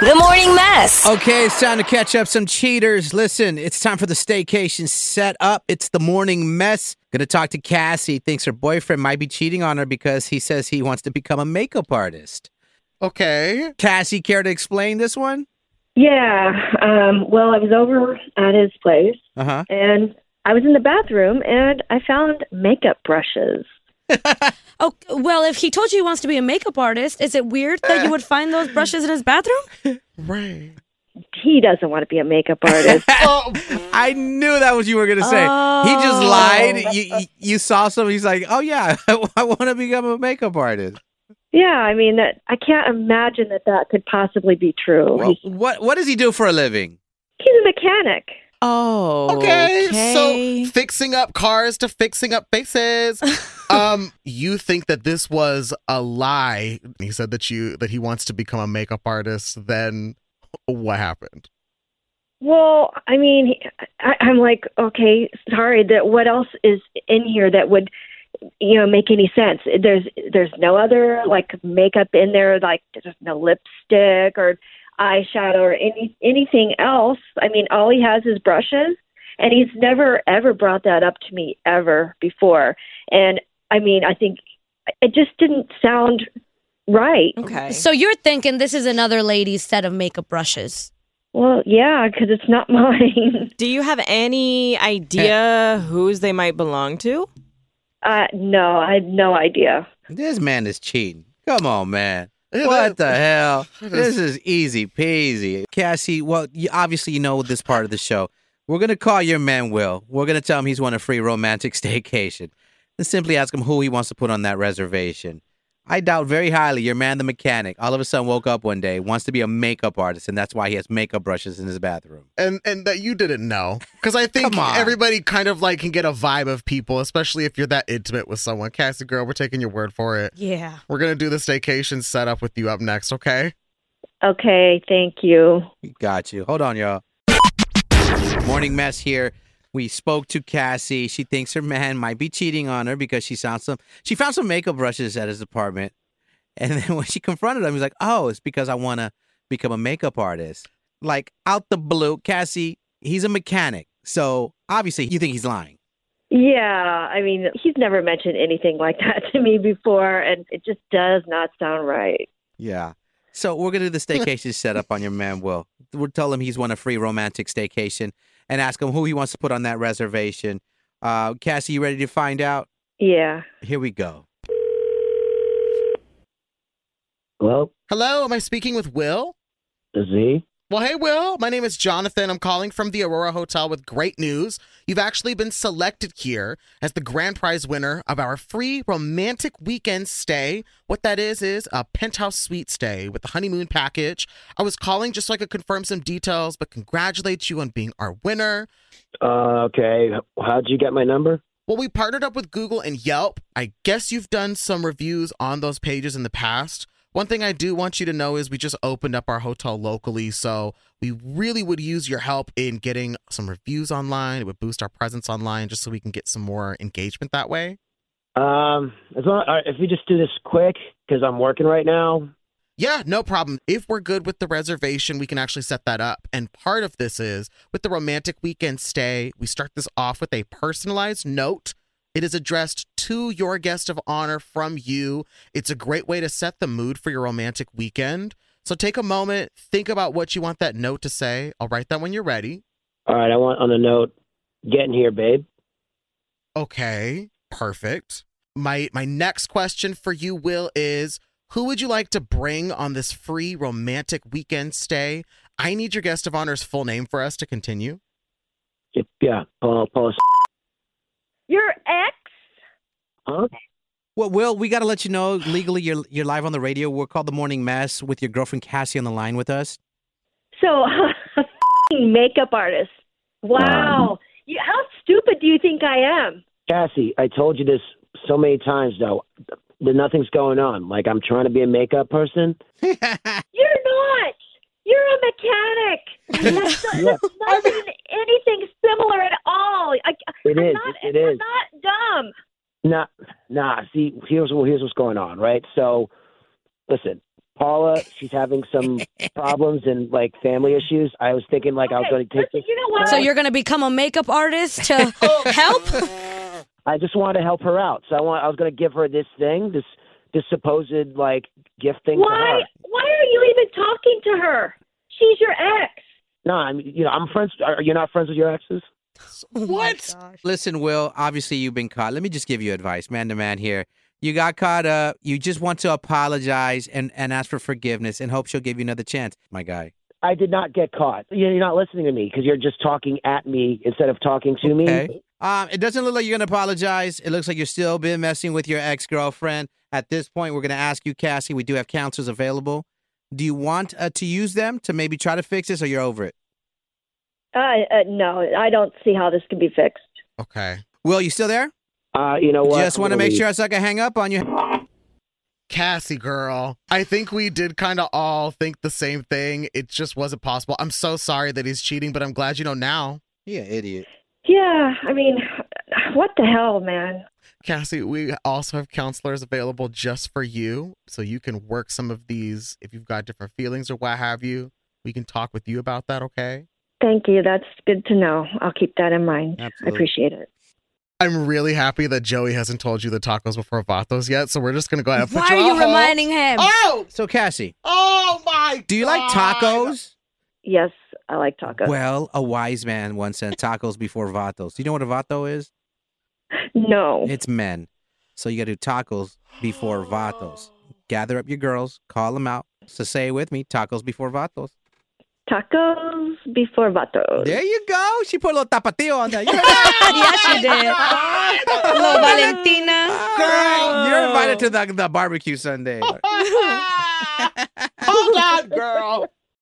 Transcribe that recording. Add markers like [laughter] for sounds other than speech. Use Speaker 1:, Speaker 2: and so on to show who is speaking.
Speaker 1: The Morning Mess.
Speaker 2: Okay, it's time to catch up some cheaters. Listen, it's time for the staycation set up. It's the morning mess. Gonna talk to Cassie. Thinks her boyfriend might be cheating on her because he says he wants to become a makeup artist.
Speaker 3: Okay.
Speaker 2: Cassie, care to explain this one?
Speaker 4: Yeah. Um, well, I was over at his place
Speaker 2: Uh huh.
Speaker 4: and I was in the bathroom and I found makeup brushes.
Speaker 5: Oh, well, if he told you he wants to be a makeup artist, is it weird that you would find those brushes in his bathroom?
Speaker 3: Right.
Speaker 4: He doesn't want to be a makeup artist.
Speaker 3: Oh,
Speaker 2: I knew that was what you were gonna say. He just lied. You, you, you saw something. He's like, "Oh yeah, [laughs] I want to become a makeup artist."
Speaker 4: yeah, I mean that I can't imagine that that could possibly be true.
Speaker 2: Well,
Speaker 4: He-
Speaker 2: what what does he do for a living?
Speaker 4: he's a mechanic.
Speaker 1: Oh.
Speaker 3: okay.
Speaker 1: okay.
Speaker 3: So fixing up cars to fixing up
Speaker 2: [laughs]
Speaker 3: faces. um, you think that this was a lie? He said that you that he wants to become a makeup artist. Then what happened?
Speaker 4: Well, I mean, he- I, I'm like, okay, sorry. That what else is in here that would, you know, make any sense? There's there's no other like makeup in there. Like there's no lipstick or eyeshadow or any anything else. I mean, all he has is brushes, and he's never ever brought that up to me ever before. And I mean, I think it just didn't sound right.
Speaker 1: Okay.
Speaker 5: [laughs] So you're thinking this is another lady's set of makeup brushes.
Speaker 4: Well, yeah, because it's not [laughs] mine.
Speaker 1: do you have any idea whose they might belong to?
Speaker 4: Uh, no, I had no idea.
Speaker 2: This man is cheating. Come on, man.
Speaker 3: Yeah,
Speaker 2: What
Speaker 3: that-
Speaker 2: the hell?
Speaker 3: [laughs] that
Speaker 2: This is easy peasy. Cassie, well, you, obviously you know this part of the show. We're going to call your man Will. We're going to tell him he's won a free romantic [laughs] staycation and simply ask him who he wants to put on that reservation. I doubt very highly your man, the mechanic, all of a sudden woke up one day, wants to be a makeup artist, and that's why he has makeup brushes in his bathroom.
Speaker 3: and and that you didn't know because I think
Speaker 2: Come on.
Speaker 3: everybody kind of like can get a vibe of people, especially if you're that intimate with someone. Cassie, girl, we're taking your word for it.
Speaker 1: Yeah.
Speaker 3: We're gonna do the staycation setup with you up next, okay?
Speaker 4: Okay, thank you.
Speaker 2: We got you. Hold on, y'all. Morning mess here. We spoke to Cassie. She thinks her man might be cheating on her because she found some. She found some makeup brushes at his apartment, and then [laughs] when she confronted him, he's like, "Oh, it's because I want to become a makeup artist." Like out the blue, Cassie. He's a mechanic, so obviously you think he's lying.
Speaker 4: Yeah, I mean, he's never mentioned anything like [laughs] that to me before, and it just does not sound right.
Speaker 2: Yeah. So we're gonna do the staycation setup on your man. Will we'll tell him he's won a free romantic staycation and ask him who he wants to put on that reservation. Uh, Cassie, you ready to find out?
Speaker 4: Yeah.
Speaker 2: Here we go.
Speaker 6: Hello,
Speaker 3: Hello, am I speaking with Will?
Speaker 6: this is he.
Speaker 3: Well, hey, Will. My name is Jonathan. I'm calling from the Aurora Hotel with great news. You've actually been selected here as the grand prize winner of our free romantic weekend stay. What that is, is a penthouse suite stay with the honeymoon package. I was calling just so I could confirm some details, but congratulate you on being our winner.
Speaker 6: Uh, okay, how'd you get my number?
Speaker 3: Well, we partnered up with Google and Yelp. I guess you've done some reviews on those pages in the past. One thing I do want you to know is we just opened up our hotel locally, so we really would use your help in getting some reviews online. It would boost our presence online just so we can get some more engagement that way.
Speaker 6: Um, as long all right, if we just do this quick, because I'm working right now.
Speaker 3: Yeah, no problem. If we're good with the reservation, we can actually set that up. And part of this is with the romantic weekend stay, we start this off with a personalized note. It is addressed to your guest of honor from you. It's a great way to set the mood for your romantic weekend. So take a moment, think about what you want that note to say. I'll write that when you're ready.
Speaker 6: All right, I want on the note. Get in here, babe.
Speaker 3: Okay, perfect. My my next question for you, Will, is who would you like to bring on this free romantic weekend stay? I need your guest of honor's full name for us to continue.
Speaker 6: Yep, yeah, Paul, Paul.
Speaker 4: Your ex?
Speaker 6: Huh?
Speaker 2: Well, Will, we got to let you know legally you're you're live on the radio. We're called the Morning Mess with your girlfriend Cassie on the line with us.
Speaker 4: So, [laughs] a fing makeup artist. Wow. You, how stupid do you think I am?
Speaker 6: Cassie, I told you this so many times though, that nothing's going on. Like I'm trying to be a makeup person.
Speaker 4: You're not. You're a mechanic.
Speaker 6: [laughs]
Speaker 4: That's not,
Speaker 6: Yeah.
Speaker 4: that's [laughs] not even anything similar at all. I,
Speaker 6: It
Speaker 4: I'm
Speaker 6: is,
Speaker 4: Not,
Speaker 6: it
Speaker 4: I'm
Speaker 6: is.
Speaker 4: not dumb.
Speaker 6: Nah, nah. See, here's what here's what's going on, right? So, listen, Paula, she's having
Speaker 4: [laughs]
Speaker 6: some problems and like family issues. I was thinking like I was
Speaker 4: Okay,
Speaker 6: going to take
Speaker 4: listen,
Speaker 6: this.
Speaker 4: You know what?
Speaker 5: So you're gonna become a makeup artist [laughs] to help?
Speaker 6: I just wanted to help her out, so I want I was going to give her this thing, this this supposed like gift thing. To
Speaker 4: why?
Speaker 6: her.
Speaker 4: Why are you even talking to her? She's your ex.
Speaker 6: No, I'm you know I'm friends. Are you not friends with your exes?
Speaker 7: Oh
Speaker 2: What? Listen, Will, obviously you've been caught. Let me just give you advice, man to man here. You got caught up. You just want to apologize and, and ask for forgiveness and hope she'll give you another chance. My guy.
Speaker 6: I did not get caught. You're not listening to me because you're just talking at me instead of talking to me.
Speaker 2: Okay. Um, it doesn't look like you're going to apologize. It looks like you're still been messing with your ex girlfriend. At this point, we're going to ask you, Cassie. We do have counselors available. Do you want uh, to use them to maybe try to fix this or you're over it?
Speaker 4: Uh, uh, no, I don't see how this can be fixed.
Speaker 3: Okay.
Speaker 2: Will, you still there?
Speaker 6: Uh, you know what?
Speaker 2: Just
Speaker 6: I'm
Speaker 2: want to
Speaker 6: gonna
Speaker 2: make
Speaker 6: leave.
Speaker 2: sure so I can hang up on you.
Speaker 3: Cassie girl, I think we did kind of all think the same thing. It just wasn't possible. I'm so sorry that he's cheating, but I'm glad you know now.
Speaker 2: Yeah, idiot.
Speaker 4: Yeah, I mean, what the hell, man?
Speaker 3: Cassie, we also have counselors available just for you. So you can work some of these if you've got different feelings or what have you. We can talk with you about that, okay?
Speaker 4: Thank you. That's good to know. I'll keep that in mind. I
Speaker 2: Absolutely.
Speaker 4: appreciate it.
Speaker 3: I'm really happy that Joey hasn't told you the tacos before vatos yet. So we're just going to go ahead and put
Speaker 5: Why are
Speaker 3: you on
Speaker 5: you
Speaker 3: hold.
Speaker 5: reminding him?
Speaker 3: Oh!
Speaker 2: So, Cassie,
Speaker 3: Oh my
Speaker 2: do you like
Speaker 3: God.
Speaker 2: tacos?
Speaker 4: Yes, I like tacos.
Speaker 2: Well, a wise man once said tacos before vatos. Do you know what a vato is?
Speaker 4: no.
Speaker 2: It's men. So you got to do tacos before vatos. Gather up your girls, call them out. So say it with me, tacos before vatos.
Speaker 4: Tacos before vatos.
Speaker 2: There you go. She put a little tapatio on there. You're,
Speaker 5: yes, you did. Little Valentina.
Speaker 2: girl, you're invited to the, the barbecue Sunday.
Speaker 3: Hold on, girl.